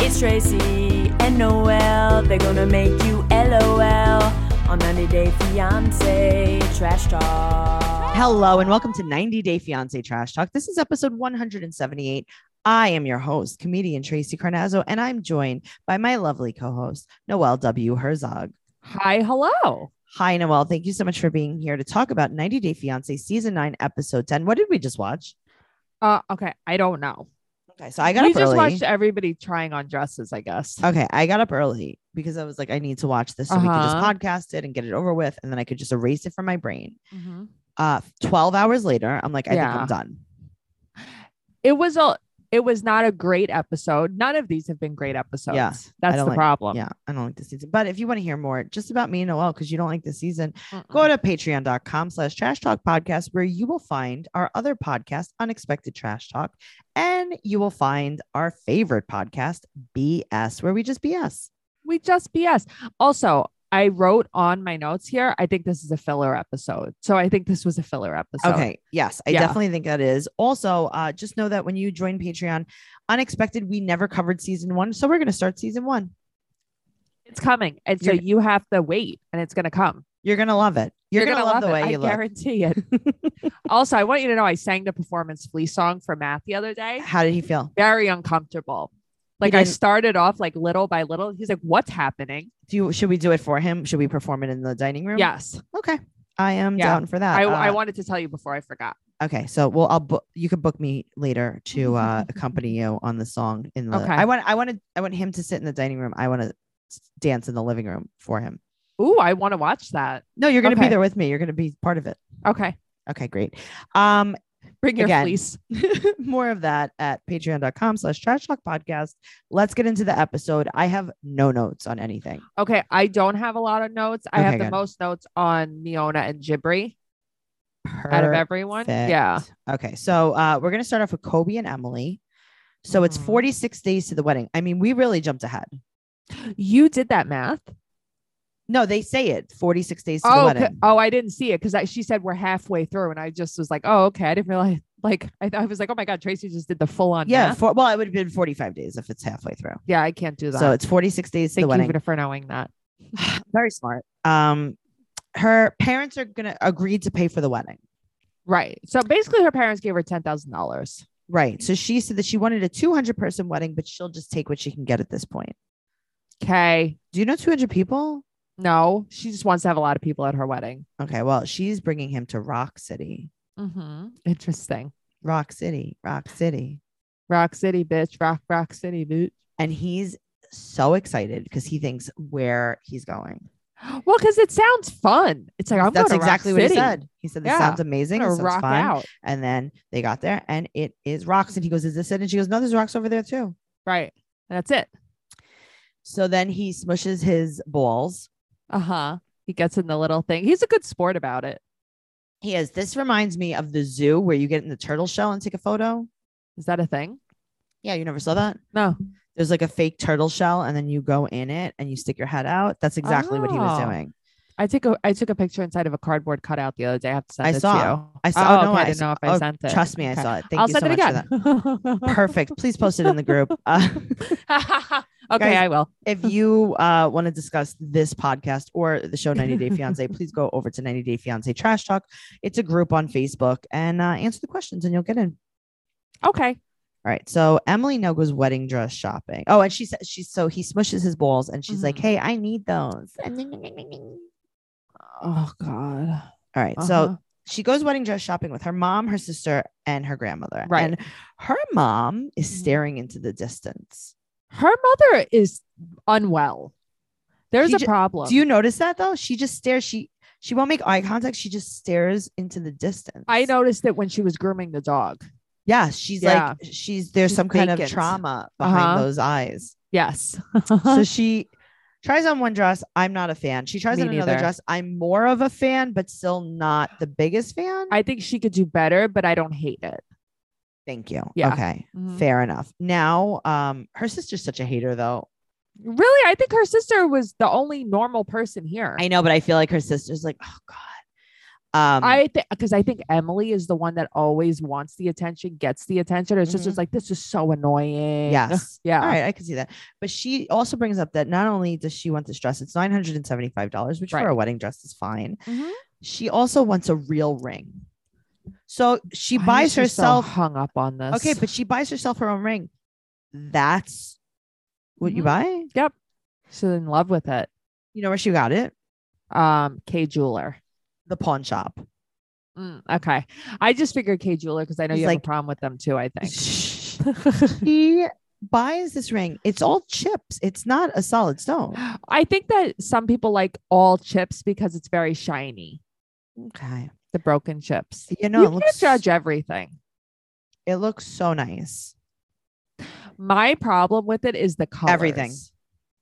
It's Tracy and Noel. They're gonna make you LOL on 90 Day Fiance Trash Talk. Hello and welcome to 90 Day Fiance Trash Talk. This is episode 178. I am your host, comedian Tracy Carnazzo, and I'm joined by my lovely co-host, Noelle W. Herzog. Hi, hello. Hi, Noelle. Thank you so much for being here to talk about 90 Day Fiance season nine, episode 10. What did we just watch? Uh, okay, I don't know. Okay, so I got we up just early. Uh, watched everybody trying on dresses, I guess. okay, I got up early because I was like, I need to watch this so we could just Uh-huh. podcast it and get it over with, and then I could just erase it from my brain. Uh, 12 hours later, I'm like, I think Yeah. I'm done. It was a. It was not a great episode. None of these have been great episodes. Yeah, that's the don't like- problem. Yeah, I don't like this season. But if you want to hear more just about me and Noel, because you don't like this season, Mm-mm. go to patreon.com slash trash talk podcast where you will find our other podcast, Unexpected Trash Talk, and you will find our favorite podcast, BS, where we just BS. We just BS. Also, I wrote on my notes here. I think this is a filler episode. So I think this was a filler episode. okay. Yes, I yeah. definitely think that is. Also, uh, just know that when you join Patreon, Unexpected, we never covered season one. So we're going to start season one. it's coming, and so You're- you have to wait, and it's gonna come. You're going to love it. You're, going to love, the it. way I you look. guarantee it. also, I want you to know I sang the performance flea song for Matt the other day. How did he feel? very uncomfortable. Like I didn't- started off like little by little. He's like, "What's happening?" Do you, should we do it for him? Should we perform it in the dining room? Yes, Okay. I am Yeah. down for that. I, Uh, I wanted to tell you before I forgot. okay. So, well, I'll book, you could book me later to uh, accompany you on the song in the, Okay. I want, I want to, I want him to sit in the dining room. I want to dance in the living room for him. Ooh, I want to watch that. No, you're going to be Okay. there with me. You're going to be part of it. Okay, Okay, great. Um, bring your Again. fleece. more of that at patreon.com slash trash talk podcast. Let's get into the episode. I have no notes on anything. Okay, I don't have a lot of notes. I Okay, have the good. most notes on Neona and Jibri out of everyone. Yeah, Perfect. Okay. So uh, we're going to start off with Kobe and Emily. So it's Mhm. 46 days to the wedding. I mean, we really jumped ahead. you did that math. No, they say it 46 days to the Oh, 'ca- wedding. oh, I didn't see it because she said we're halfway through, and I just was like, "Oh, okay." I didn't realize. Like, I, I was like, "Oh my god, Tracy just did the full on." Yeah. math. For, well, it would have been 45 days if it's halfway through. yeah, I can't do that. So it's 46 days to the Thank wedding. you for knowing that. Very smart. Um, her parents are going to agree to pay for the wedding. Right. So basically, her parents gave her ten thousand dollars. Right. So she said that she wanted a 200 person wedding, but she'll just take what she can get at this point. Okay. Do you know 200 people? No, she just wants to have a lot of people at her wedding. Okay. Well, she's bringing him to Rock City. Mm-hmm. Interesting. Rock City. Rock City. Rock City, bitch. Rock, Rock City, boot. and he's so excited because he thinks where he's going. Well, because it sounds fun. It's like I'm That's going to exactly Rock what City. he said. He said, "This Yeah. sounds I'm amazing. This gonna sounds rock fun." out. And then they got there, and it is rocks. And he goes, "Is this it?" And she goes, "No, there's rocks over there too." Right. That's it. So then he smushes his balls. Uh huh. Uh-huh. He gets in the little thing. He's a good sport about it. He is. This reminds me of the zoo where you get in the turtle shell and take a photo. Is that a thing? Yeah, you never saw that. No. There's like a fake turtle shell, and then you go in it and you stick your head out. That's exactly what he was Oh. doing. I took a I took a picture inside of a cardboard cutout the other day. I have to send I it to saw. you. I saw. Oh, oh, no, okay. I, I, didn't know if I oh, sent it. Trust me, I Okay. saw it. Thank I'll you send so it much for that. again. Perfect. Please post it in the group. Uh, okay, Guys, I will. if you uh, want to discuss this podcast or the show 90 Day Fiance, please go over to 90 Day Fiance Trash Talk. It's a group on Facebook and uh, answer the questions and you'll get in. Okay. All right. So Emily now goes wedding dress shopping. Oh, and she says she's so he smushes his balls and she's like, Mhm. Hey, I need those. Oh God. All right, Uh-huh. So she goes wedding dress shopping with her mom, her sister, and her grandmother. Right. And her mom is Mhm. staring into the distance. her mother is unwell. There's She a ju- problem. Do you notice that though? She just stares. She she won't make eye contact. She just stares into the distance. I noticed it when she was grooming the dog. Yeah, she's Yeah. like she's there's She's some kind of vacant. trauma behind Uh-huh. those eyes. Yes. so she tries on one dress. I'm not a fan. She tries Me on another neither. dress. I'm more of a fan, but still not the biggest fan. I think she could do better, but I don't hate it. Thank you. Yeah. Okay. Mhm. Fair enough. Now, um, her sister's such a hater though. Really, I think her sister was the only normal person here. I know, but I feel like her sister's like, oh God. Um, I think because I think Emily is the one that always wants the attention, gets the attention. It's just Mhm. it's like this is so annoying. Yes. Yeah. All right, I can see that. But she also brings up that not only does she want this dress, it's nine hundred and seventy-five dollars, which for Right. a wedding dress is fine. Mhm. She also wants a real ring, so she Why is buys she so herself. hung up on this. okay, but she buys herself her own ring. That's what you Mhm. buy. she's in love with it. You know where she got it? Um, K jeweler. The pawn shop. Mm, okay, I just figured K jeweler because I know He's you have like- a problem with them too. I think. she buys this ring. It's all chips. It's not a solid stone. I think that some people like all chips because it's very shiny. Okay, The broken chips. you know you it can't looks judge everything. it looks so nice. My problem with it is the colors. Everything.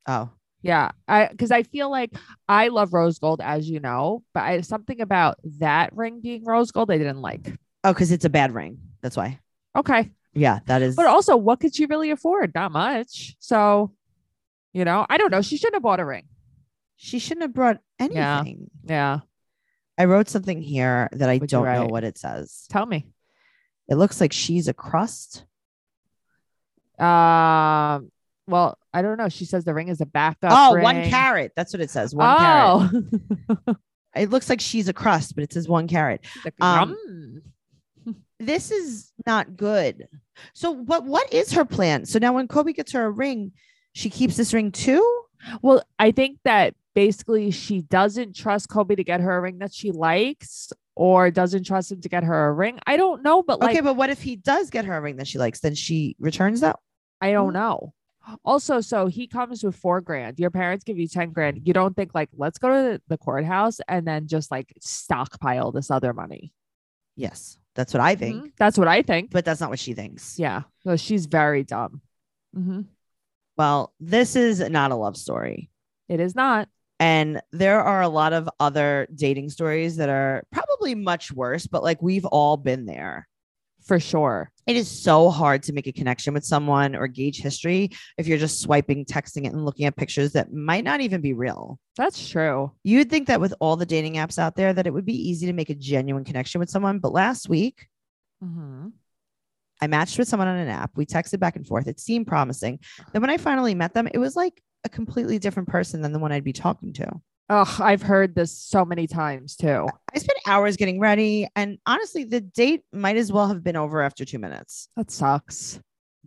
Oh, Yeah, I because I feel like I love rose gold, as you know, but I, something about that ring being rose gold, I didn't like. oh, because it's a bad ring. That's why. Okay, Yeah, that is. but also, what could she really afford? Not much. So, you know, I don't know. She shouldn't have bought a ring. she shouldn't have brought anything. Yeah. Yeah, I wrote something here that I Would you don't know write? what it says. tell me. It looks like she's a crust. Um, well, I don't know. She says the ring is a backup. Oh, ring. one carrot. That's what it says. One carrot. Oh, It looks like she's a crust, but it says one carrot. Like, Um, yum. This is not good. So what what is her plan? So now when Kobe gets her a ring, she keeps this ring too? Well, I think that basically she doesn't trust Kobe to get her a ring that she likes or doesn't trust him to get her a ring. I don't know, but like okay, but what if he does get her a ring that she likes? Then she returns that? I don't Mhm. know. Also, so he comes with four grand. Your parents give you 10 grand. You don't think like, let's go to the courthouse and then just like stockpile this other money. Yes. That's what I think. Mhm. That's what I think. But that's not what she thinks. Yeah. So she's very dumb. Mhm. Well, this is not a love story. It is not. And there are a lot of other dating stories that are probably much worse, but like we've all been there. For sure. It is so hard to make a connection with someone or gauge history if you're just swiping, texting it, and looking at pictures that might not even be real. That's true. You'd think that with all the dating apps out there that it would be easy to make a genuine connection with someone, but last week Mm-hmm. Mhm. I matched with someone on an app. We texted back and forth. It seemed promising. Then when I finally met them, it was like a completely different person than the one I'd be talking to. Ugh, I've heard this so many times too. I spent hours getting ready, and honestly, the date might as well have been over after two minutes. That sucks.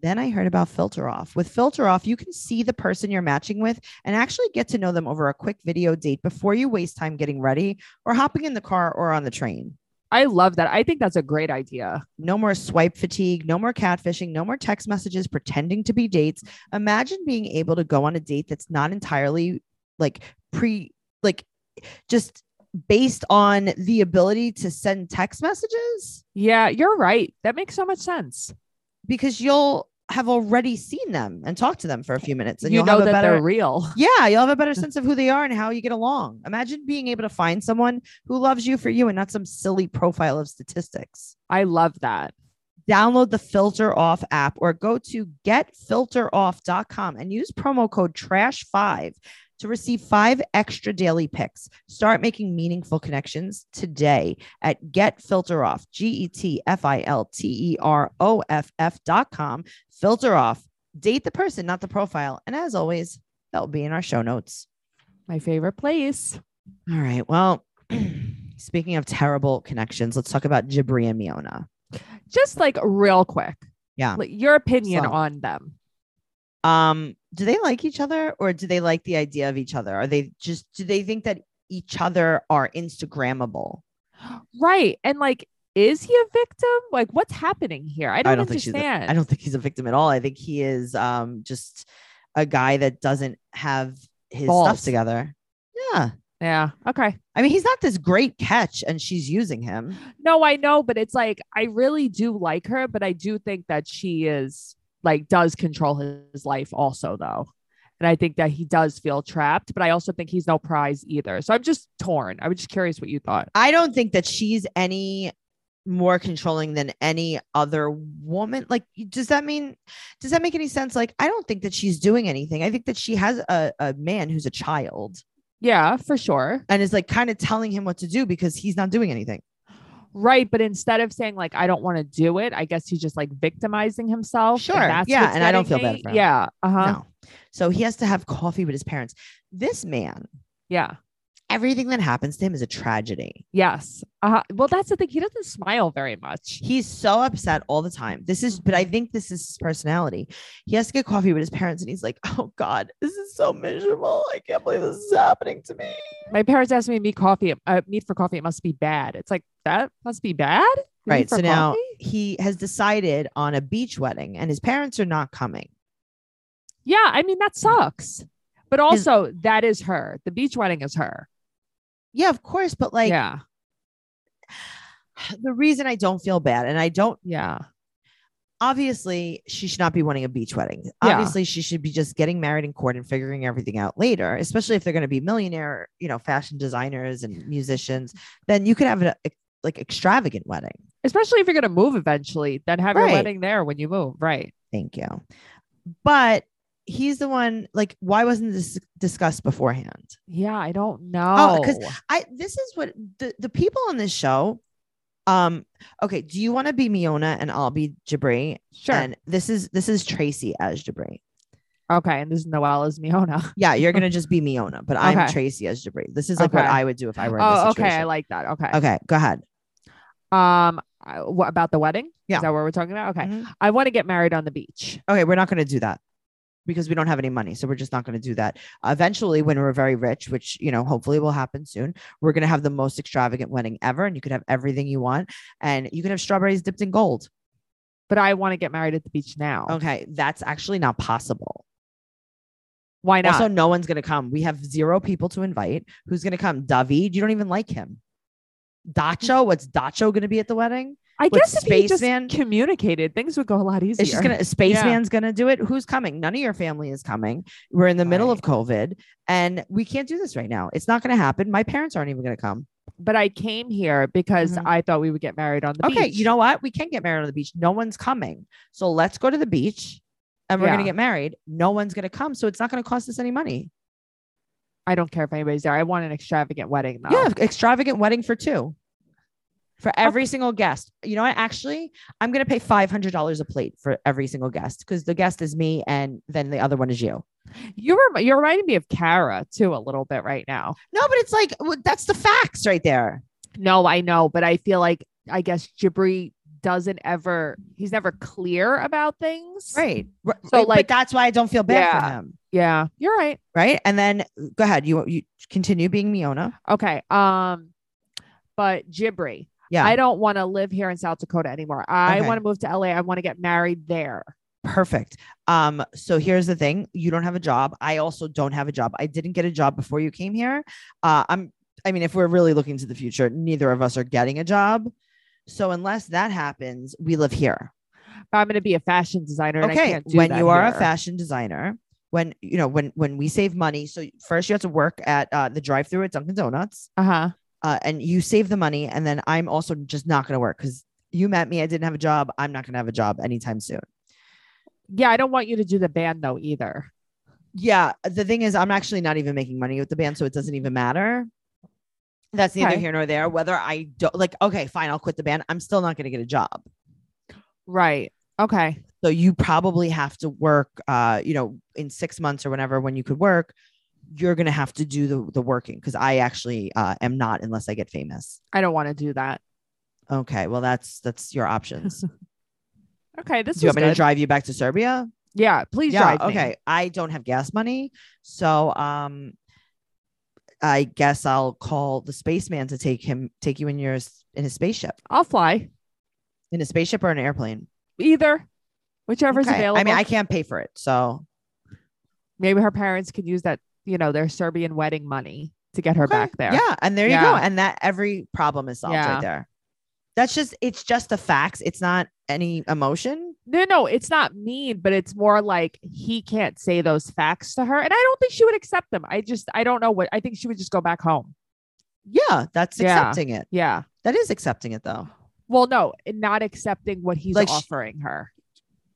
Then I heard about Filter Off. With Filter Off, you can see the person you're matching with and actually get to know them over a quick video date before you waste time getting ready or hopping in the car or on the train. I love that. I think that's a great idea. No more swipe fatigue, no more catfishing, no more text messages pretending to be dates. Imagine being able to go on a date that's not entirely like pre, like just based on the ability to send text messages. Yeah, you're right. That makes so much sense. because you'll have already seen them and talked to them for a few minutes and you will know have a that they're better real. yeah you'll have a better sense of who they are and how you get along imagine being able to find someone who loves you for you and not some silly profile of statistics I love that. download the filter off app or go to getfilteroff.com and use promo code trash5 to receive five extra daily picks start making meaningful connections today at getfilteroff E g-e-t-f-i-l-t-e-r-o-f-f dot com filter off date the person not the profile and as always that will be in our show notes My favorite place. all right well speaking of terrible connections let's talk about jibri and miona Just like real quick. Yeah. Like, your opinion So- on them. um do they like each other or do they like the idea of each other are they just do they think that each other are instagrammable Right. And like, is he a victim? Like, what's happening here? I don't, think she's a- understand. i don't think he's a victim at all i think he is um just a guy that doesn't have his Balls. stuff together yeah yeah. Okay. i mean he's not this great catch and she's using him No, I know, but it's like, I really do like her, but I do think that she is like, does control his life also, though. And I think that he does feel trapped, but I also think he's no prize either. So I'm just torn. I was just curious what you thought. i don't think that she's any more controlling than any other woman like does that mean does that make any sense like i don't think that she's doing anything i think that she has a, a man who's a child Yeah, for sure. and is like kind of telling him what to do because he's not doing anything. Right. But instead of saying, like, I don't want to do it, I guess he's just like victimizing himself. Sure, And that's yeah, what's and I don't getting feel me. bad for him. Yeah. Uh huh. No. So he has to have coffee with his parents. This man, Yeah. everything that happens to him is a tragedy. Yes. Uh-huh. Well, that's the thing. He doesn't smile very much. He's so upset all the time. This is, but I think this is his personality. He has to get coffee with his parents and he's like, oh God, this is so miserable. I can't believe this is happening to me. My parents asked me to meet coffee, uh, meet for coffee. It must be bad. It's like that must be bad. Meet Right. for So now coffee? he has decided on a beach wedding and his parents are not coming. yeah. I mean, that sucks. But also, that is her. The beach wedding is her. Yeah, of course. But like yeah. the reason I don't feel bad and I don't Yeah. obviously she should not be wanting a beach wedding. Yeah. Obviously, she should be just getting married in court and figuring everything out later, especially if they're going to be millionaire, you know, fashion designers and musicians. Then you could have a like extravagant wedding. Especially if you're going to move eventually, then have your Right. wedding there when you move. Right. Thank you. But he's the one like why wasn't this discussed beforehand? Yeah. I don't know. Oh, 'cause I this is what the, the people on this show um okay, do you want to be Miona and I'll be Jabri? sure. And this is this is Tracy as Jabri. okay. And this is Noella's Miona. Yeah, you're gonna just be Miona, but I'm Okay. Tracy as Jabri. This is like what Okay. I would do if I were in Oh, this okay. I situation. like that. Okay. okay, go ahead. Um, I- what about the wedding? Yeah. Is that what we're talking about? Okay. Mhm. I want to get married on the beach. Okay, we're not gonna do that because we don't have any money, so we're just not gonna do that. Eventually, when we're very rich, which you know hopefully will happen soon, we're gonna have the most extravagant wedding ever, and you could have everything you want, and you could have strawberries dipped in gold. But I want to get married at the beach now. Okay, that's actually not possible. Why not? Also, no one's gonna come. We have zero people to invite. Who's gonna come? David, you don't even like him. Dacho, what's Dacho gonna be at the wedding? I with guess if he just Spaceman- communicated, things would go a lot easier. It's just gonna spaceman's gonna do it. Who's coming? None of your family is coming. We're in the middle of COVID and we can't do this right now. It's not gonna happen. My parents aren't even gonna come. but I came here because Mhm. I thought we would get married on the beach. okay, you know what? We can get married on the beach. No one's coming. So let's go to the beach and we're gonna Yeah. get married. No one's gonna come. So it's not gonna cost us any money. I don't care if anybody's there. I want an extravagant wedding though. Yeah, extravagant wedding for two. For every single guest. You know what? Actually, I'm gonna pay five hundred dollars a plate for every single guest because the guest is me and then the other one is you. You were you're reminding me of Kara too a little bit right now. No, but it's like w- that's the facts right there. No, I know, but I feel like I guess Jabri doesn't ever he's never clear about things. Right. So, So like like- that's why I don't feel bad for Yeah. him. Yeah. You're right. Right. And then go ahead. You you continue being Miona. Okay. Um, but Jibri, Yeah. I don't want to live here in South Dakota anymore. I Okay. want to move to LA. I want to get married there. Perfect. Um, so here's the thing. You don't have a job. I also don't have a job. I didn't get a job before you came here. Uh I'm I mean, if we're really looking to the future, neither of us are getting a job. So unless that happens, we live here. But I'm going to be a fashion designer. And I okay can't do when that you are a here. fashion designer when you know when when we save money so first you have to work at uh, the drive through at dunkin donuts Uh-huh. uh, and you save the money and then i'm also just not going to work because you met me i didn't have a job i'm not going to have a job anytime soon Yeah, I don't want you to do the band though either. yeah the thing is i'm actually not even making money with the band so it doesn't even matter that's neither Okay. here nor there whether i don't like okay fine i'll quit the band i'm still not going to get a job Right. Okay. So you probably have to work, uh, you know, in six months or whenever when you could work, you're gonna have to do the the working because I actually uh, am not unless I get famous. I don't want to do that. Okay, well that's that's your options. do Okay. This you was want me to good. drive you back to Serbia? yeah. Please yeah. drive. me. Okay, I don't have gas money, so um, I guess I'll call the spaceman to take him take you in your s- in his spaceship I'll fly in a spaceship or an airplane. either, whichever's Okay. available. I mean, I can't pay for it, so maybe her parents can use that, you know, their Serbian wedding money to get her Okay. back there. Yeah, and there you go. Yeah. And that every problem is solved Yeah. right there. That's just it's just the facts. It's not any emotion. No, no, it's not mean, but it's more like he can't say those facts to her. And I don't think she would accept them. I just, I don't know what, I think she would just go back home. Yeah, that's Yeah. accepting it. Yeah. That is accepting it though. Well, no, and not accepting what he's Like she- offering her.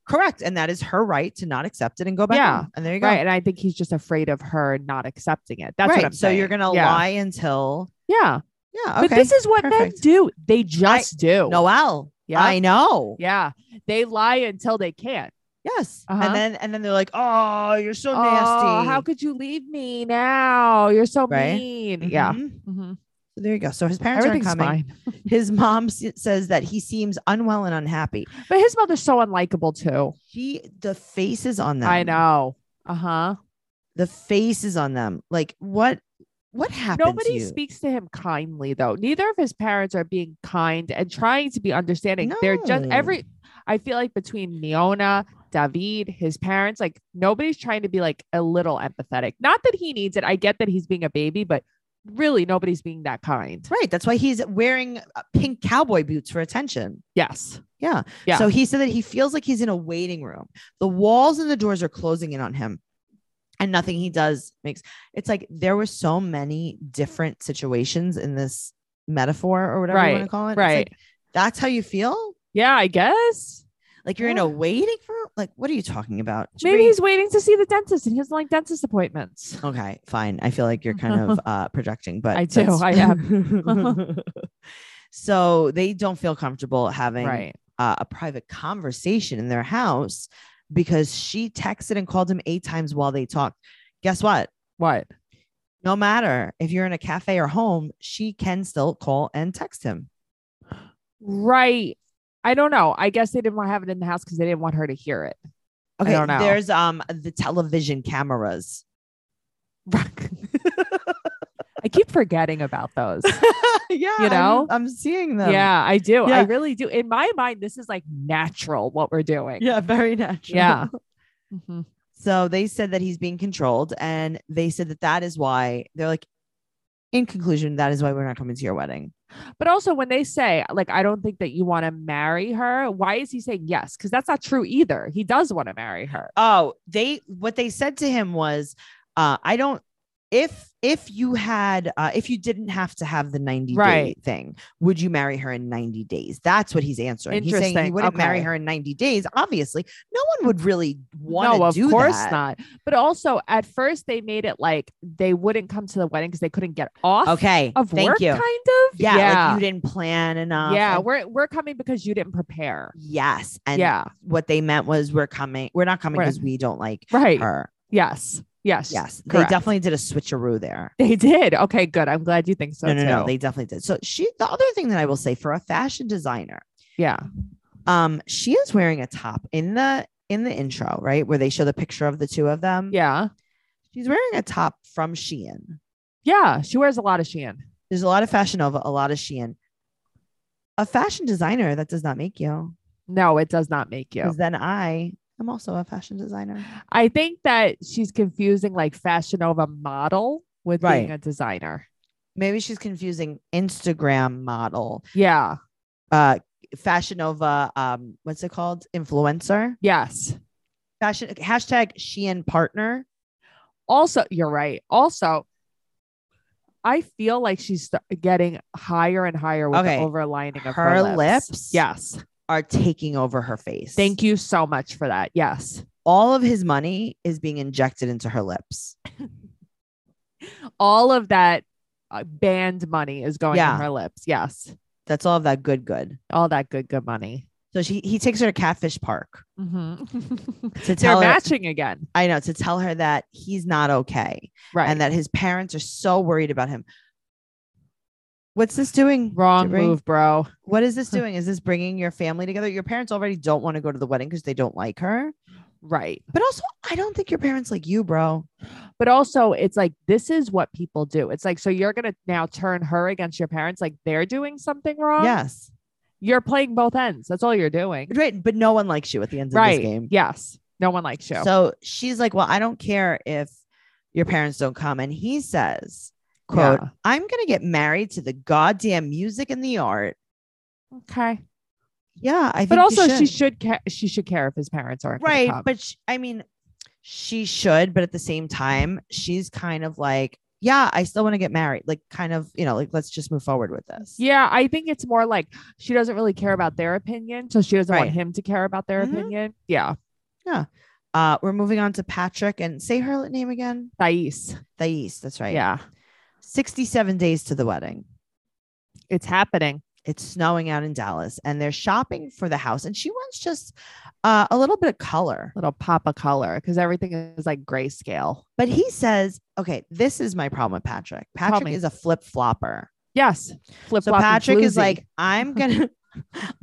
Correct. And that is her right to not accept it and go back. Yeah. home. And there you go. Right. And I think he's just afraid of her not accepting it. That's Right. what I'm so saying. you're gonna yeah. lie until Yeah. yeah. But Okay. this is what men perfect. do. They just do. Noel. Oh. Yeah. I know. Yeah. They lie until they can't. Yes. Uh-huh. And then and then they're like, oh, you're so Oh, nasty. how could you leave me now? You're so Right? mean. Yeah. Mhm. Mm-hmm. So there you go. So his parents aren't Everything's coming. fine. His mom s- says that he seems unwell and unhappy. But his mother's so unlikable too. She the faces on them. I know. Uh huh. The faces on them. Like what what happened Nobody to you? speaks to him kindly though. Neither of his parents are being kind and trying to be understanding. They're just No. every. I feel like between Neona, David, his parents, like nobody's trying to be like a little empathetic. Not that he needs it. I get that he's being a baby, but really nobody's being that kind. Right. That's why he's wearing uh, pink cowboy boots for attention. Yes. Yeah. Yeah. So he said that he feels like he's in a waiting room. The walls and the doors are closing in on him. And nothing he does makes it's like there were so many different situations in this metaphor or whatever you want Right, to call it. It's right. like, that's how you feel? Yeah, I guess. Like you're in a waiting for like what are you talking about? Should Maybe we- he's waiting to see the dentist and he doesn't like dentist appointments. Okay, fine. I feel like you're kind of uh projecting, but I do. that's- I am. so they don't feel comfortable having right. uh, a private conversation in their house because she texted and called him eight times while they talked. Guess what? What? No matter if you're in a cafe or home, she can still call and text him. Right. I don't know. I guess they didn't want to have it in the house because they didn't want her to hear it. Okay, don't know. there's um the television cameras. I keep forgetting about those. yeah, You I'm- know? I'm, seeing them. yeah, I do. I Um, Yeah. really do. In my mind, this is like natural what we're doing. yeah, very natural. Yeah. Mhm. So they said that he's being controlled, and they said that that is why they're like. In conclusion, that is why we're not coming to your wedding. But also, when they say, like, I don't think that you want to marry her, why is he saying yes? Because that's not true either. He does want to marry her. Oh, they what they said to him was, uh, I don't if if you had uh, if you didn't have to have the 90 day Right. thing, would you marry her in 90 days? That's what he's answering. He's saying he Interesting. wouldn't marry Okay. her in 90 days. Obviously, no one would really want to no, of do course that. not. But also, at first, they made it like they wouldn't come to the wedding because they couldn't get off Okay. of Thank work, you. kind of. Yeah, yeah, Like you didn't um, plan enough. yeah. and- We're we're coming because you didn't prepare. yes. And yeah, what they meant was we're coming, we're not coming Right. because we don't like right. her. Yes, yes, Yes. correct. They definitely did a switcheroo there. They did. Okay, good. I'm glad you think so no, no, too. no. They definitely did. So she, the other thing that I will say for a fashion designer, yeah, um, she is wearing a top in the in the intro, right, where they show the picture of the two of them. yeah, she's wearing a top from Shein. yeah. She wears a lot of Shein. There's a lot of Fashion Nova, a lot of Shein. A fashion designer that does not make you, No, it does not make you. because then I am also a fashion designer. I think that she's confusing like fashion over model with being Right. a designer. Maybe she's confusing Instagram model, Yeah. uh, Fashion Nova, um, what's it called, influencer, Yes. fashion hashtag Shein partner. Also, you're right. Also, I feel like she's st- getting higher and higher with Okay. the overlining of her, Her lips? Yes. are taking over her face. Thank you so much for that. Yes. All of his money is being injected into her lips. All of that uh, band money is going Yeah. on her lips. Yes. That's all of that good, good. All that good, good money. So she he takes her to Catfish Park Mm-hmm. to They're tell her matching again. I know to tell her that he's not okay Right. and that his parents are so worried about him. What's this doing? Wrong Jabri? move, bro. What is this doing? Is this bringing your family together? Your parents already don't want to go to the wedding because they don't like her. Right. But also, I don't think your parents like you, bro. but also it's like this is what people do it's like so you're gonna now turn her against your parents like they're doing something wrong Yes. you're playing both ends that's all you're doing Right. But no one likes you at the end of right this game. yes no one likes you So she's like, Well, I don't care if your parents don't come. And he says, Yeah. quote, I'm gonna get married to the goddamn music and the art. okay Yeah, I think but also she should. should care she should care if his parents aren't gonna right. come. But sh- I mean, she should, but at the same time, she's kind of like, yeah, I still want to get married. Like, kind of, you know, like, let's just move forward with this. Yeah, I think it's more like she doesn't really care about their opinion, so she doesn't Right. want him to care about their Mhm. opinion. Yeah, Uh, we're moving on to Patrick and say her name again. Thais. Thais. That's right. Yeah, 67 days to the wedding. it's happening. It's snowing out in Dallas and they're shopping for the house. And she wants just uh, a little bit of color. Little pop of color because everything is like grayscale. But he says, okay, this is my problem with Patrick. Patrick me. is a flip flopper. Yes, flip So flop. Patrick is like, I'm gonna,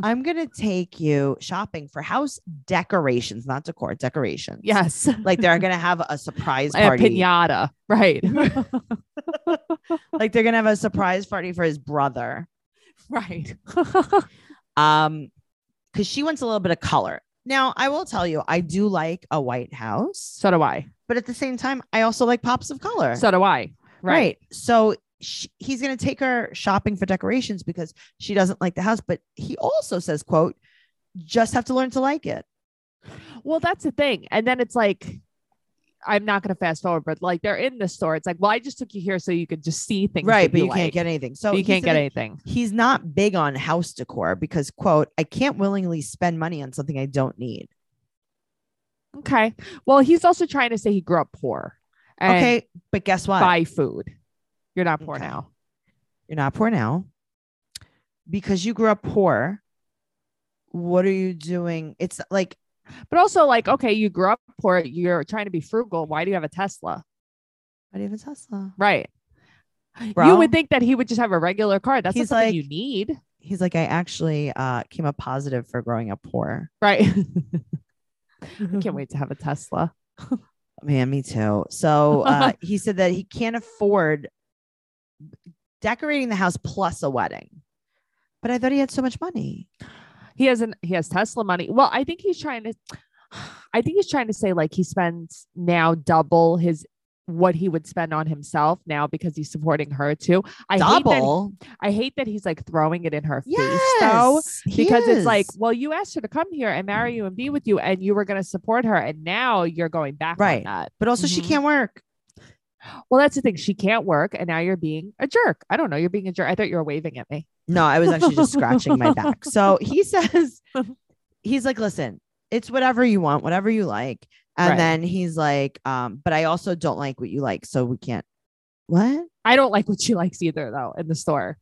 I'm gonna take you shopping for house decorations, not decor, decorations. yes, Like they're gonna have a surprise a party. pinata, right? like they're gonna have a surprise party for his brother. right. Um, because she wants a little bit of color. Now, I will tell you, I do like a white house, so do I. but at the same time, I also like pops of color. So do I. Right. Right. So sh he's going to take her shopping for decorations because she doesn't like the house. But he also says, quote, just have to learn to like it. Well, that's the thing. And then it's like, I'm not going to fast forward, but like they're in the store. It's like, well, I just took you here so you could just see things. right. that But you can't like. get anything. So you he's can't get gonna- anything. He's not big on house decor because, quote, I can't willingly spend money on something I don't need. Okay. Well, he's also trying to say he grew up poor. And okay. But guess what? Buy food. You're not poor Okay. now. You're not poor now. Because you grew up poor, what are you doing? It's like, But also, like, okay, you grew up poor. You're trying to be frugal. Why do you have a Tesla? I do you have a Tesla? Right. You Bro. would think that he would just have a regular car. That's not He's something like- you need. He's like, I actually uh, came up positive for growing up poor. Right. I can't wait to have a Tesla. Man, me too. So uh, he said that he can't afford decorating the house plus a wedding. But I thought he had so much money. He has an he has Tesla money. Well, I think he's trying to I think he's trying to say like he spends now double his what he would spend on himself now because he's supporting her too. I hate that Double. I hate that he's like throwing it in her Yes. face though. he Because it's like, is. well, you asked her to come here and marry you and be with you, and you were going to support her, and now you're going back Right. on that. but also she Mhm. can't work. Well, that's the thing; she can't work, and now you're being a jerk. I don't know; you're being a jerk. I thought you were waving at me. No, I was actually just scratching my back. So he says, he's like, listen, it's whatever you want, whatever you like. And Right. then he's like, um, but I also don't like what you like. So we can't. What? I don't like what she likes either, though. In the store,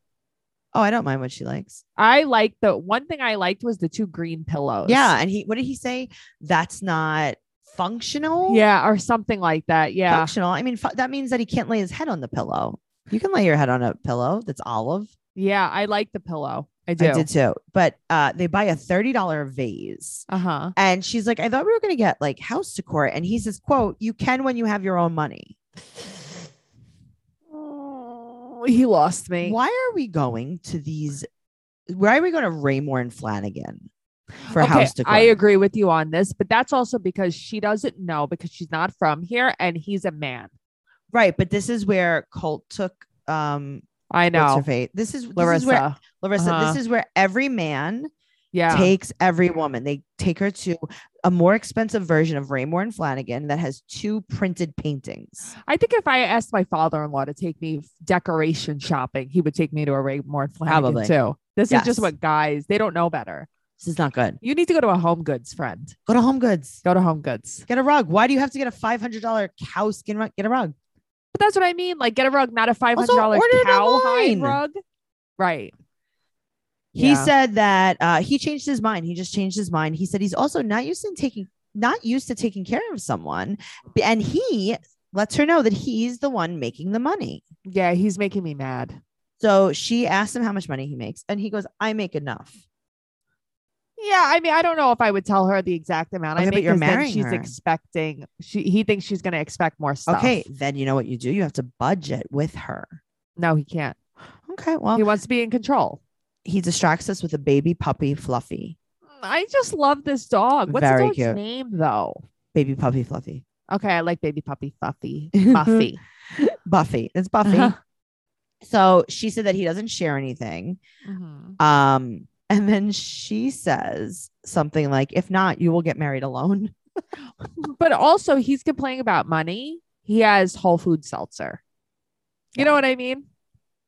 Oh, I don't mind what she likes. I like the one thing I liked was the two green pillows. Yeah. And he, what did he say? That's not functional. yeah, or something like that. Yeah, functional. I mean, fu- that means that he can't lay his head on the pillow. You can lay your head on a pillow that's olive. yeah, I like the pillow. I do. I did too. But uh, they buy a $30 vase. Uh huh. And she's like, I thought we were going to get like house decor. And he says, quote, you can when you have your own money. Oh, He lost me. Why are we going to these? Why are we going to Raymore and Flanagan for Okay, house decor? I agree with you on this, but that's also because she doesn't know because she's not from here and he's a man. Right. But this is where Colt took um I what's her know. face? This is Larissa. This is where, Larissa, Uh-huh. this is where every man yeah. takes every woman. They take her to a more expensive version of Raymore and Flanagan that has two printed paintings. I think if I asked my father-in-law to take me decoration shopping, he would take me to a Raymore and Flanagan Probably. too. This is Yes. just what guys, they don't know better. This is not good. You need to go to a Home Goods friend. Go to Home Goods. Go to Home Goods. Get a rug. Why do you have to get a five hundred dollar cow skin rug? Get a rug. But that's what I mean. Like get a rug, not a $500 order it cow online. hide rug. Right. He Yeah. said that uh, he changed his mind. He just changed his mind. He said he's also not used to taking not used to taking care of someone, B- and he lets her know that he's the one making the money. Yeah, he's making me mad. So she asks him how much money he makes, and he goes, "I make enough." Yeah, I mean, I don't know if I would tell her the exact amount. I Okay, but make you're 'cause then marrying She's her. expecting. She he thinks she's going to expect more stuff. Okay, then you know what you do. You have to budget with her. No, he can't. Okay, well, He wants to be in control. he distracts us with a baby puppy fluffy I just love this dog. What's Very the dog's cute. name though? baby puppy fluffy Okay, I like baby puppy Fluffy. Mm-hmm. Buffy. buffy it's buffy Uh-huh. so she said that he doesn't share anything Mhm. um and then she says something like if not you will get married alone But also, he's complaining about money. He has Whole Food seltzer. You know what I mean?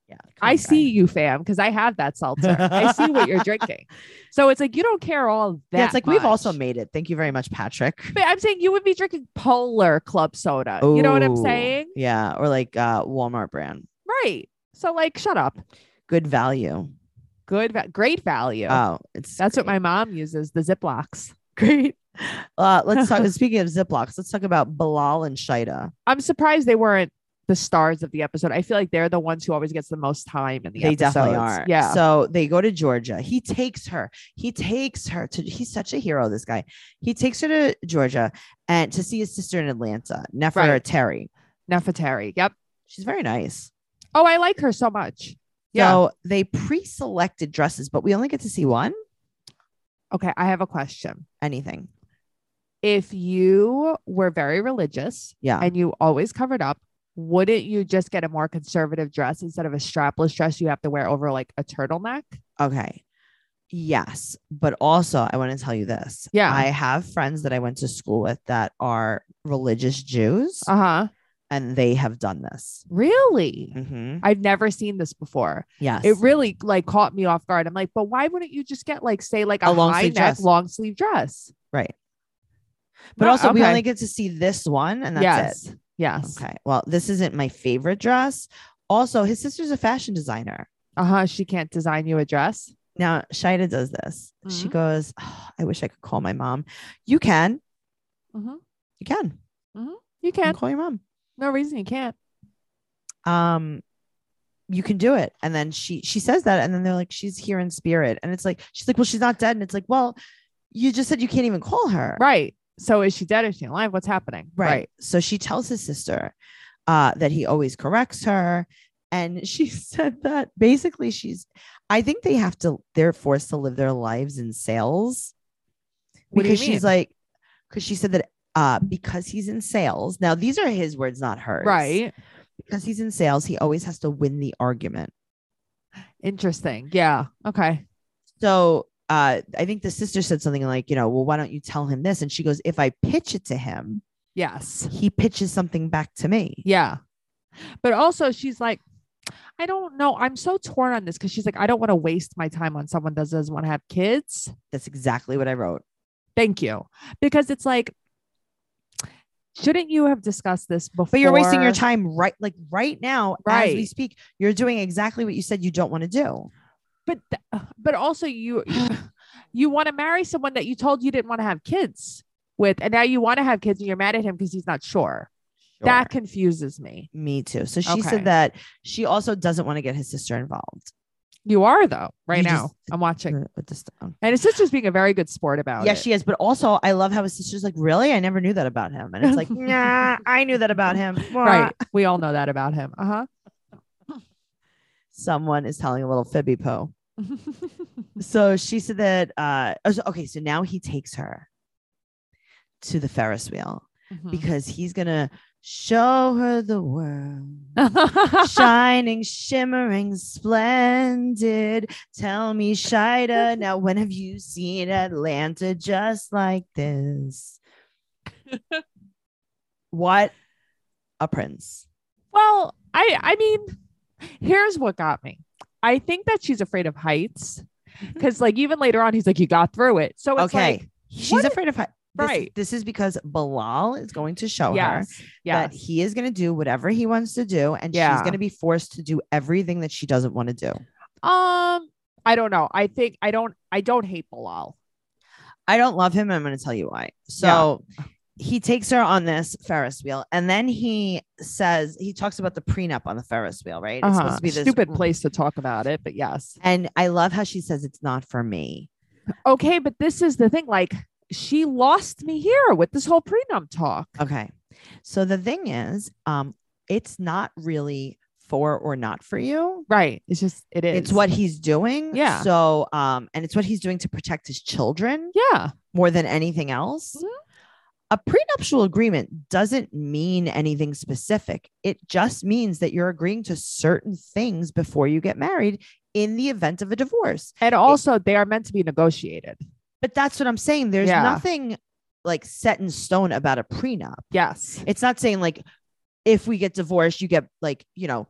Yeah. I come see you, fam, because I have that seltzer. I see what you're drinking. So it's like you don't care all that. try. Yeah, it's like we've also much. made it. Thank you very much, Patrick. But I'm saying you would be drinking Polar Club soda. You know what I'm Ooh, saying? Yeah, or like uh, Walmart brand, Right. So like, shut up. good value. Good, va- great value. Oh, it's That's what my mom uses. The Ziplocs. great. Uh, let's talk. speaking of Ziplocs, let's talk about Bilal and Shida. I'm surprised they weren't the stars of the episode. I feel like they're the ones who always gets the most time in the they definitely episodes. are. Yeah. So they go to Georgia. He takes her. He takes her to. He's such a hero. This guy. He takes her to Georgia and to see his sister in Atlanta, Nefertari. Nefertari. Yep. She's very nice. Oh, I like her so much. Yeah. So they pre-selected dresses, but we only get to see one. Okay. I have a question. Anything. If you were very religious Yeah. and you always covered up, wouldn't you just get a more conservative dress instead of a strapless dress you have to wear over like a turtleneck? Okay. Yes. But also, I want to tell you this. Yeah. I have friends that I went to school with that are religious Jews, Uh huh. and they have done this. Really? Mm-hmm. I've never seen this before. Yes. It really like caught me off guard. I'm like, but why wouldn't you just get like say like a, A long high sleeve neck dress. long sleeve dress? right. But No, also, we okay. only get to see this one, and that's yes. it. Yes. Okay. Well, this isn't my favorite dress. Also, his sister's a fashion designer. Uh huh. She can't design you a dress. Now, Shida does this. She Mhm. goes, "Oh, I wish I could call my mom. You can. Mm-hmm. You can. You You can can. call your mom. No reason you can't. um you can do it and then she she says that and then they're like she's here in spirit and it's like she's like well she's not dead and it's like well you just said you can't even call her Right. So is she dead? Is she alive? What's happening? so she tells his sister uh that he always corrects her and she said that basically she's i think they have to they're forced to live their lives in sales What do you because she's mean? like because she said that uh because he's in sales now these are his words not hers Right. because he's in sales he always has to win the argument Interesting. Yeah. Okay. So uh, I think the sister said something like, you know, well, why don't you tell him this? And she goes, if I pitch it to him, Yes. he pitches something back to me. Yeah. But also she's like, I don't know. I'm so torn on this because she's like, I don't want to waste my time on someone that doesn't want to have kids. That's exactly what I wrote. Thank you. Because it's like, shouldn't you have discussed this before? But you're wasting your time right, like right now as we Right. speak. You're doing exactly what you said you don't want to do. But th- uh, but also you you want to marry someone that you told you didn't want to have kids with, and now you want to have kids, and you're mad at him because he's not sure. That Sure. confuses me. me too. So she Okay. said that she also doesn't want to get his sister involved. You are though, right You now. just- I'm watching, uh, With this, um, and his sister's being a very good sport about yeah, it. she is. But also, I love how his sister's like, really? I never knew that about him. And it's like, nah, I knew that about him. right. We all know that about him. Uh Someone is telling a little fibby po. huh. so she said that uh oh, so- okay so now he takes her to the ferris wheel Hmm. because he's gonna show her the world Mm-hmm. shining shimmering splendid tell me shida now when have you seen atlanta just like this what a prince Well, I I mean, here's what got me. I think that she's afraid of heights because like even later on he's like you got through it. So it's okay like she's what afraid of heights Right. this is because Bilal is going to Oh, show her yes. that Yes. he is going to do whatever he wants to do and she's Yeah. going to be forced to do everything that she doesn't want to do um I don't know. I think I don't I don't hate Bilal. i don't love him and i'm going to tell you why so he takes her on this ferris wheel and then he says he talks about the prenup on the ferris wheel right it's supposed Uh-huh. to be this stupid place to talk about it, but yes. and i love how she says it's not for me Okay, but this is the thing like she lost me here with this whole prenup talk. okay so the thing is um it's not really for or not for you Right. It's just it is. it's what he's doing Yeah. so um and it's what he's doing to protect his children Yeah. more than anything else. Mhm. A prenuptial agreement doesn't mean anything specific. It just means that you're agreeing to certain things before you get married in the event of a divorce. And also they are meant to be negotiated. But that's what I'm saying. There's Yeah. nothing like set in stone about a prenup. Yes. It's not saying like if we get divorced, you get like, you know,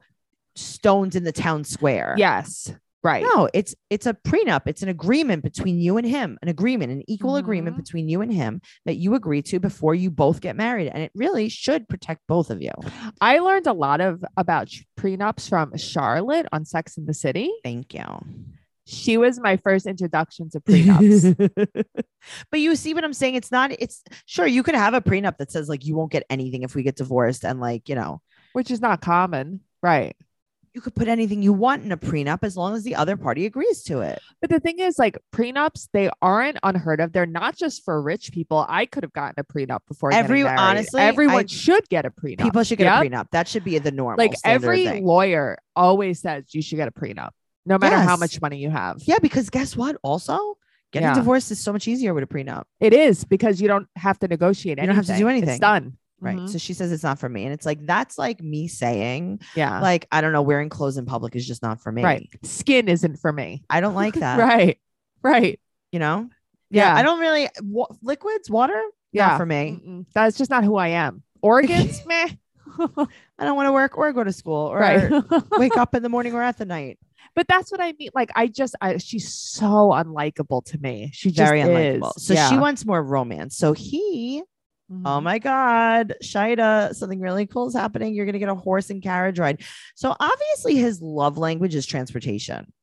stones in the town square. Yes. Right. No, it's it's a prenup. It's an agreement between you and him, an agreement, an equal agreement Mhm. between you and him that you agree to before you both get married, and it really should protect both of you. I learned a lot of about sh- prenups from Charlotte on Sex in the City. Thank you. She was my first introduction to prenups. but you see what I'm saying? It's not. It's sure you could have a prenup that says like you won't get anything if we get divorced, and like you know which is not common. Right. you could put anything you want in a prenup as long as the other party agrees to it. But the thing is, like prenups, they aren't unheard of. They're not just for rich people. I could have gotten a prenup before. getting Every- married. honestly, everyone I- should get a prenup. People should get Yep. a prenup. That should be the norm. Like every lawyer always says, you should get a prenup, no matter how Yes. much money you have. Yeah, because guess what? Also, getting Yeah. divorced is so much easier with a prenup, It is because you don't have to negotiate. You don't have to do anything. It's done. right? Mhm. So she says it's not for me, and it's like that's like me saying, Yeah. Mm-hmm. like I don't know, wearing clothes in public is just not for me. right. Skin isn't for me. I don't like that. right. Right. You know. Yeah. I don't really wa- liquids, water. Not Yeah. Mm. for me. Mm-mm. That's just not who I am. Organs, meh. I don't want to work or go to school or right. wake up in the morning or at the night. but that's what I mean. Like I just, I, she's so unlikable to me. She just Very unlikable. is. So Yeah. she wants more romance. So he Oh Mhm. my God, Shida, something really cool is happening. You're going to get a horse and carriage ride. So obviously, his love language is transportation.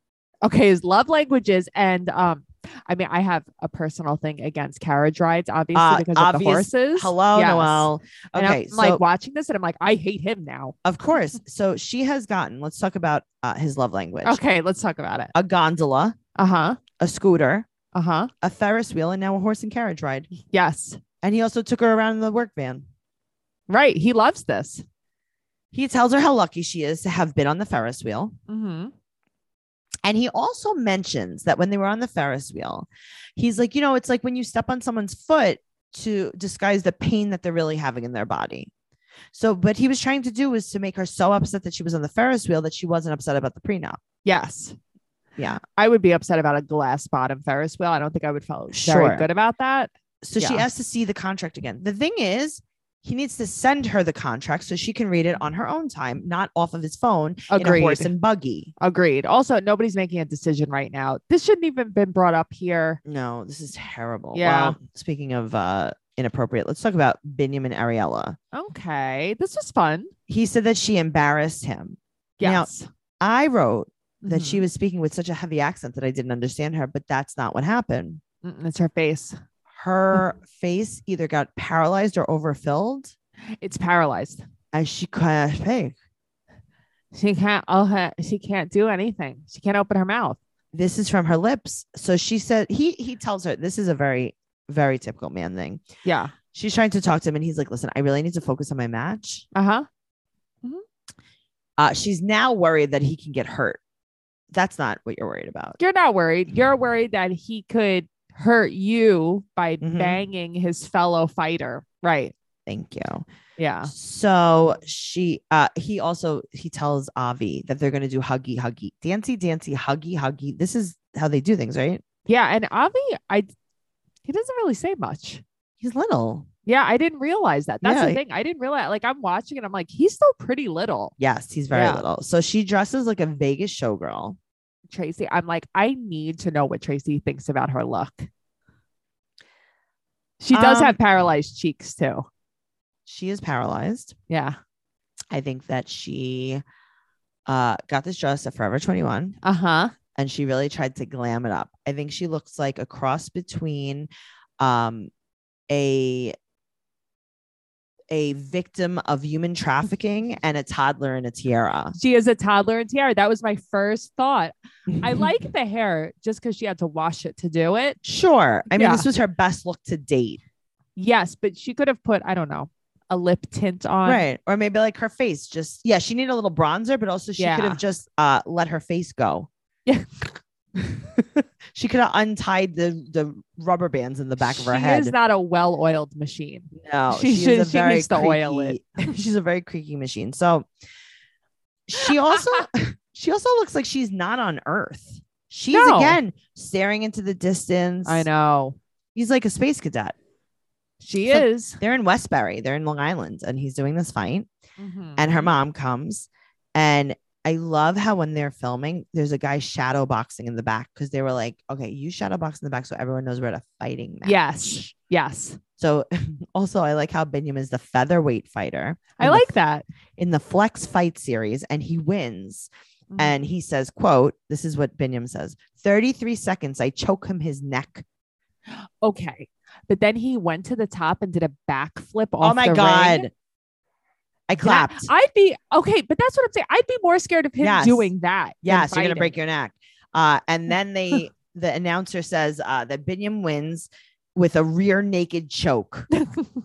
okay. His love languages and um. I mean, I have a personal thing against carriage rides, obviously, Uh, because of the obvious- horses. Hello, Yes. Noel. And Okay, I'm so like watching this, and I'm like, I hate him now. of course. So she has gotten, let's talk about uh, his love language Okay, let's talk about it. a gondola, Uh huh. a scooter, Uh huh. a Ferris wheel, and now a horse and carriage ride. Yes. And he also took her around in the work van. Right. He loves this. He tells her how lucky she is to have been on the Ferris wheel. Mm-hmm. And he also mentions that when they were on the Ferris wheel, he's like, you know, it's like when you step on someone's foot to disguise the pain that they're really having in their body. So, what he was trying to do was to make her so upset that she was on the Ferris wheel that she wasn't upset about the prenup. Yes. Yeah. I would be upset about a glass bottom Ferris wheel. I don't think I would feel Sure. very good about that. So she Yeah. asked to see the contract again. The thing is, he needs to send her the contract so she can read it on her own time, not off of his phone in a Agreed. horse and buggy. Agreed. Also, nobody's making a decision right now. This shouldn't even been brought up here. No, this is terrible. Yeah. Well, speaking of uh, inappropriate, let's talk about Benjamin Ariella. Okay. This was fun. he said that she embarrassed him. Now, Yes. Mm-hmm. I wrote that she was speaking with such a heavy accent that I didn't understand her, but that's not what happened. Mhm. Mm, it's her face. Mm-hmm. Her face either got paralyzed or overfilled It's paralyzed. as she can't speak. She can't oh her, she can't do anything. She can't open her mouth. This is from her lips. So she said he he tells her this is a very very typical man thing. Yeah. She's trying to talk to him and he's like, "Listen, I really need to focus on my match." Uh-huh. Uh, she's now worried that he can get hurt. That's not what you're worried about. You're not worried. You're worried that he could hurt you by Mhm. banging his fellow fighter. Right. Thank you. Yeah. So she uh he also he tells Avi that they're gonna do huggy huggy, dancy dancy, huggy huggy. This is how they do things, right? Yeah, and Avi, I he doesn't really say much. He's little. Yeah, I didn't realize that. That's Yeah. the thing. I didn't realize. Like I'm watching it, I'm like, he's still pretty little, Yes, he's very Yeah. little. So she dresses like a Vegas showgirl. Tracy. I'm like, I need to know what Tracy thinks about her look. She does Um, have paralyzed cheeks too. She is paralyzed. Yeah. I think that she uh got this dress at Forever 21 Uh huh. and she really tried to glam it up. I think she looks like a cross between um a a victim of human trafficking and a toddler in a tiara. She is a toddler in tiara. That was my first thought. I like the hair just because she had to wash it to do it. Sure. I mean, Yeah. this was her best look to date. Yes, but she could have put, I don't know, a lip tint on. right. Or maybe like her face just, yeah, she needed a little bronzer, but also she could Yeah. have just uh, let her face go. Yeah. she could have untied the, the rubber bands in the back of her she head. is not a well-oiled machine. no, she is should- a she very needs to oil it. creaky- she's a very creaky machine. So she also, she also looks like she's not on earth. She's No. again staring into the distance. I know. He's like a space cadet. She So- is. They're in Westbury. They're in Long Island, and he's doing this fight. Mhm. and her mom comes and I love how when they're filming, there's a guy shadow boxing in the back because they were like, okay, you shadow box in the back so everyone knows we're at a fighting match. Yes. Yes. So also, I like how Binyam is the featherweight fighter. I in the- like that. in the Flex Fight series, and he wins. Mhm. And he says, "quote This is what Binyam says: 33 seconds. I choke him his neck. Okay. But then he went to the top and did a backflip off oh my the ring. god! I And I- clapped. I'd be okay, but that's what I'm saying. I'd be more scared of him Yes. doing that. than yes, you're gonna fighting. break your neck." Uh, and then they, the announcer says uh, that Binyam wins with a rear naked choke,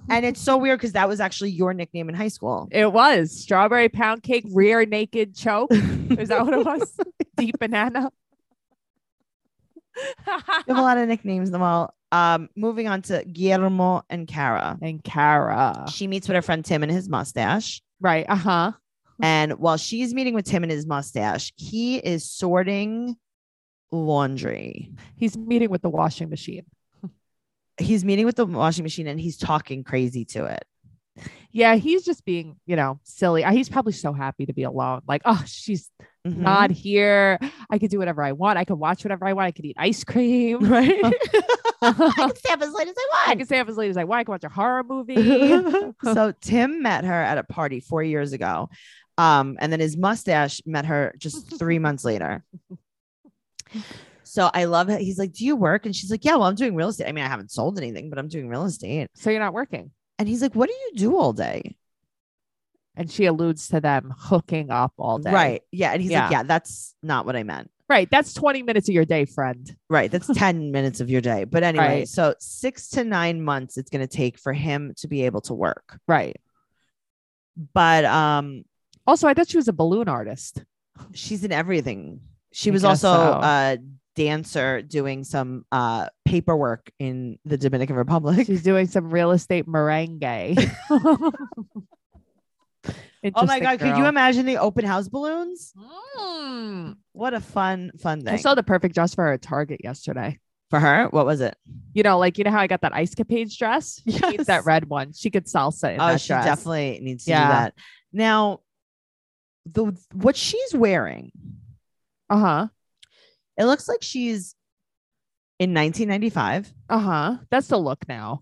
and it's so weird because that was actually your nickname in high school. It was strawberry pound cake, rear naked choke. Is that what it was? Deep banana. You have a lot of nicknames, Namal. Um, moving on to Guillermo and Cara. and Cara. She meets with her friend Tim and his mustache. Right. Uh huh. And while she's meeting with Tim and his mustache, he is sorting laundry. He's meeting with the washing machine. He's meeting with the washing machine and he's talking crazy to it. Yeah, he's just being, you know, silly. Uh, He's probably so happy to be alone. Like, oh, she's Mhm. not here. I could do whatever I want. I could watch whatever I want. I could eat ice cream. Right. I I can stay up as late as I can stay up as late as I want. I can watch a horror movie. want. so Tim met her at a party four years ago. Um, and then his mustache met her just three months later. So I love it. He's like, Do you work? And she's like, Yeah, well, I'm doing real estate. I mean, I haven't sold anything, but I'm doing real estate. So you're not working. And he's like, What do you do all day? And she alludes to them hooking up all day. Right. Yeah. And he's like, Yeah. yeah, that's not what I meant. Right. That's 20 minutes of your day, friend. Right. That's 10 minutes of your day. But anyway, Right. so six to nine months it's going to take for him to be able to work. Right. But um, Also, I thought she was a balloon artist. she's in everything. She I was guess also so. a dancer doing some uh, paperwork in the Dominican Republic. She's doing some real estate merengue. Oh my Interesting God. Could you girl. imagine the open house balloons? Mm. What a fun, fun I thing. saw the perfect dress for her at Target yesterday. for her, what was it? You know, like you know how I got that ice capades dress? She needs that Yes. red one. She could salsa in Oh, that she dress. definitely needs to Yeah. do that. Now, the what she's wearing Uh-huh. It looks like she's in 1995 Uh-huh. That's the look now.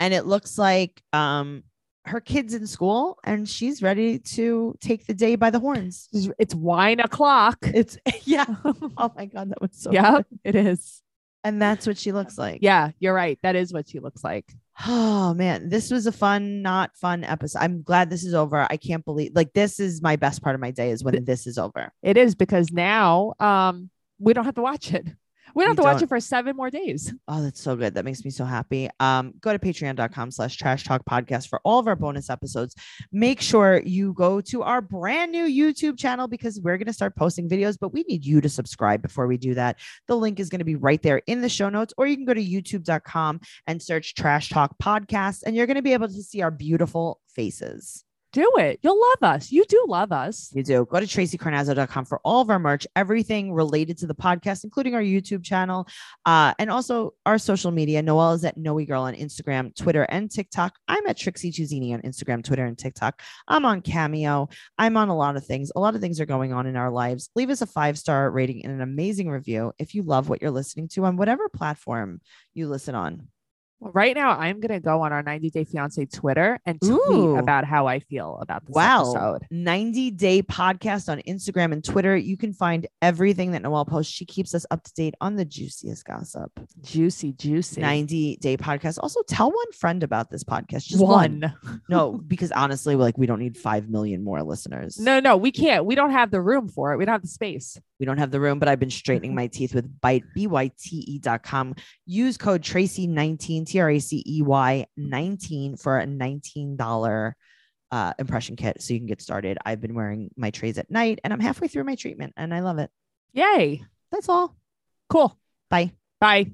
and it looks like um her kids in school and she's ready to take the day by the horns. It's- It's wine o'clock. It's yeah. Oh my god, that was so yeah, it is. And that's what she looks like. Yeah, you're right. That is what she looks like. Oh man, this was a fun not fun episode. I'm glad this is over. I can't believe like this is my best part of my day is when this is over. It is because now um we don't have to watch it. We don't We have to watch don't. it for seven more days. Oh, that's so good. That makes me so happy. Um, go to patreon.com slash trash talk podcast for all of our bonus episodes. Make sure you go to our brand new YouTube channel because we're going to start posting videos, but we need you to subscribe before we do that. The link is going to be right there in the show notes, or you can go to youtube.com and search trash talk podcast, and you're going to be able to see our beautiful faces. Do it. You'll love us. You do love us. You do. Go to tracycarnazzo.com for all of our merch, everything related to the podcast, including our YouTube channel uh, and also our social media. Noelle is at Noe Girl on Instagram, Twitter, and TikTok. I'm at Trixie Giuzzini on Instagram, Twitter, and TikTok. I'm on Cameo. I'm on a lot of things. A lot of things are going on in our lives. Leave us a five star rating and an amazing review if you love what you're listening to on whatever platform you listen on. Well, right now, I'm gonna go on our 90 Day Fiance Twitter and tweet Ooh. about how I feel about this Wow. episode. 90 day podcast on Instagram and Twitter. You can find everything that Noelle posts. She keeps us up to date on the juiciest gossip. Juicy, juicy. 90 day podcast. Also, tell one friend about this podcast. Just one. one. No, because honestly, we're like we don't need 5 million more listeners. No, no, we can't. We don't have the room for it. We don't have the space. We don't have the room, but I've been straightening my teeth with Byte, B-Y-T-E.com. E Use code Tracy19, T-R-A-C-E-Y 19 E for a $19 uh, impression kit so you can get started. I've been wearing my trays at night and I'm halfway through my treatment and I love it. Yay. That's all. Cool. Bye. Bye.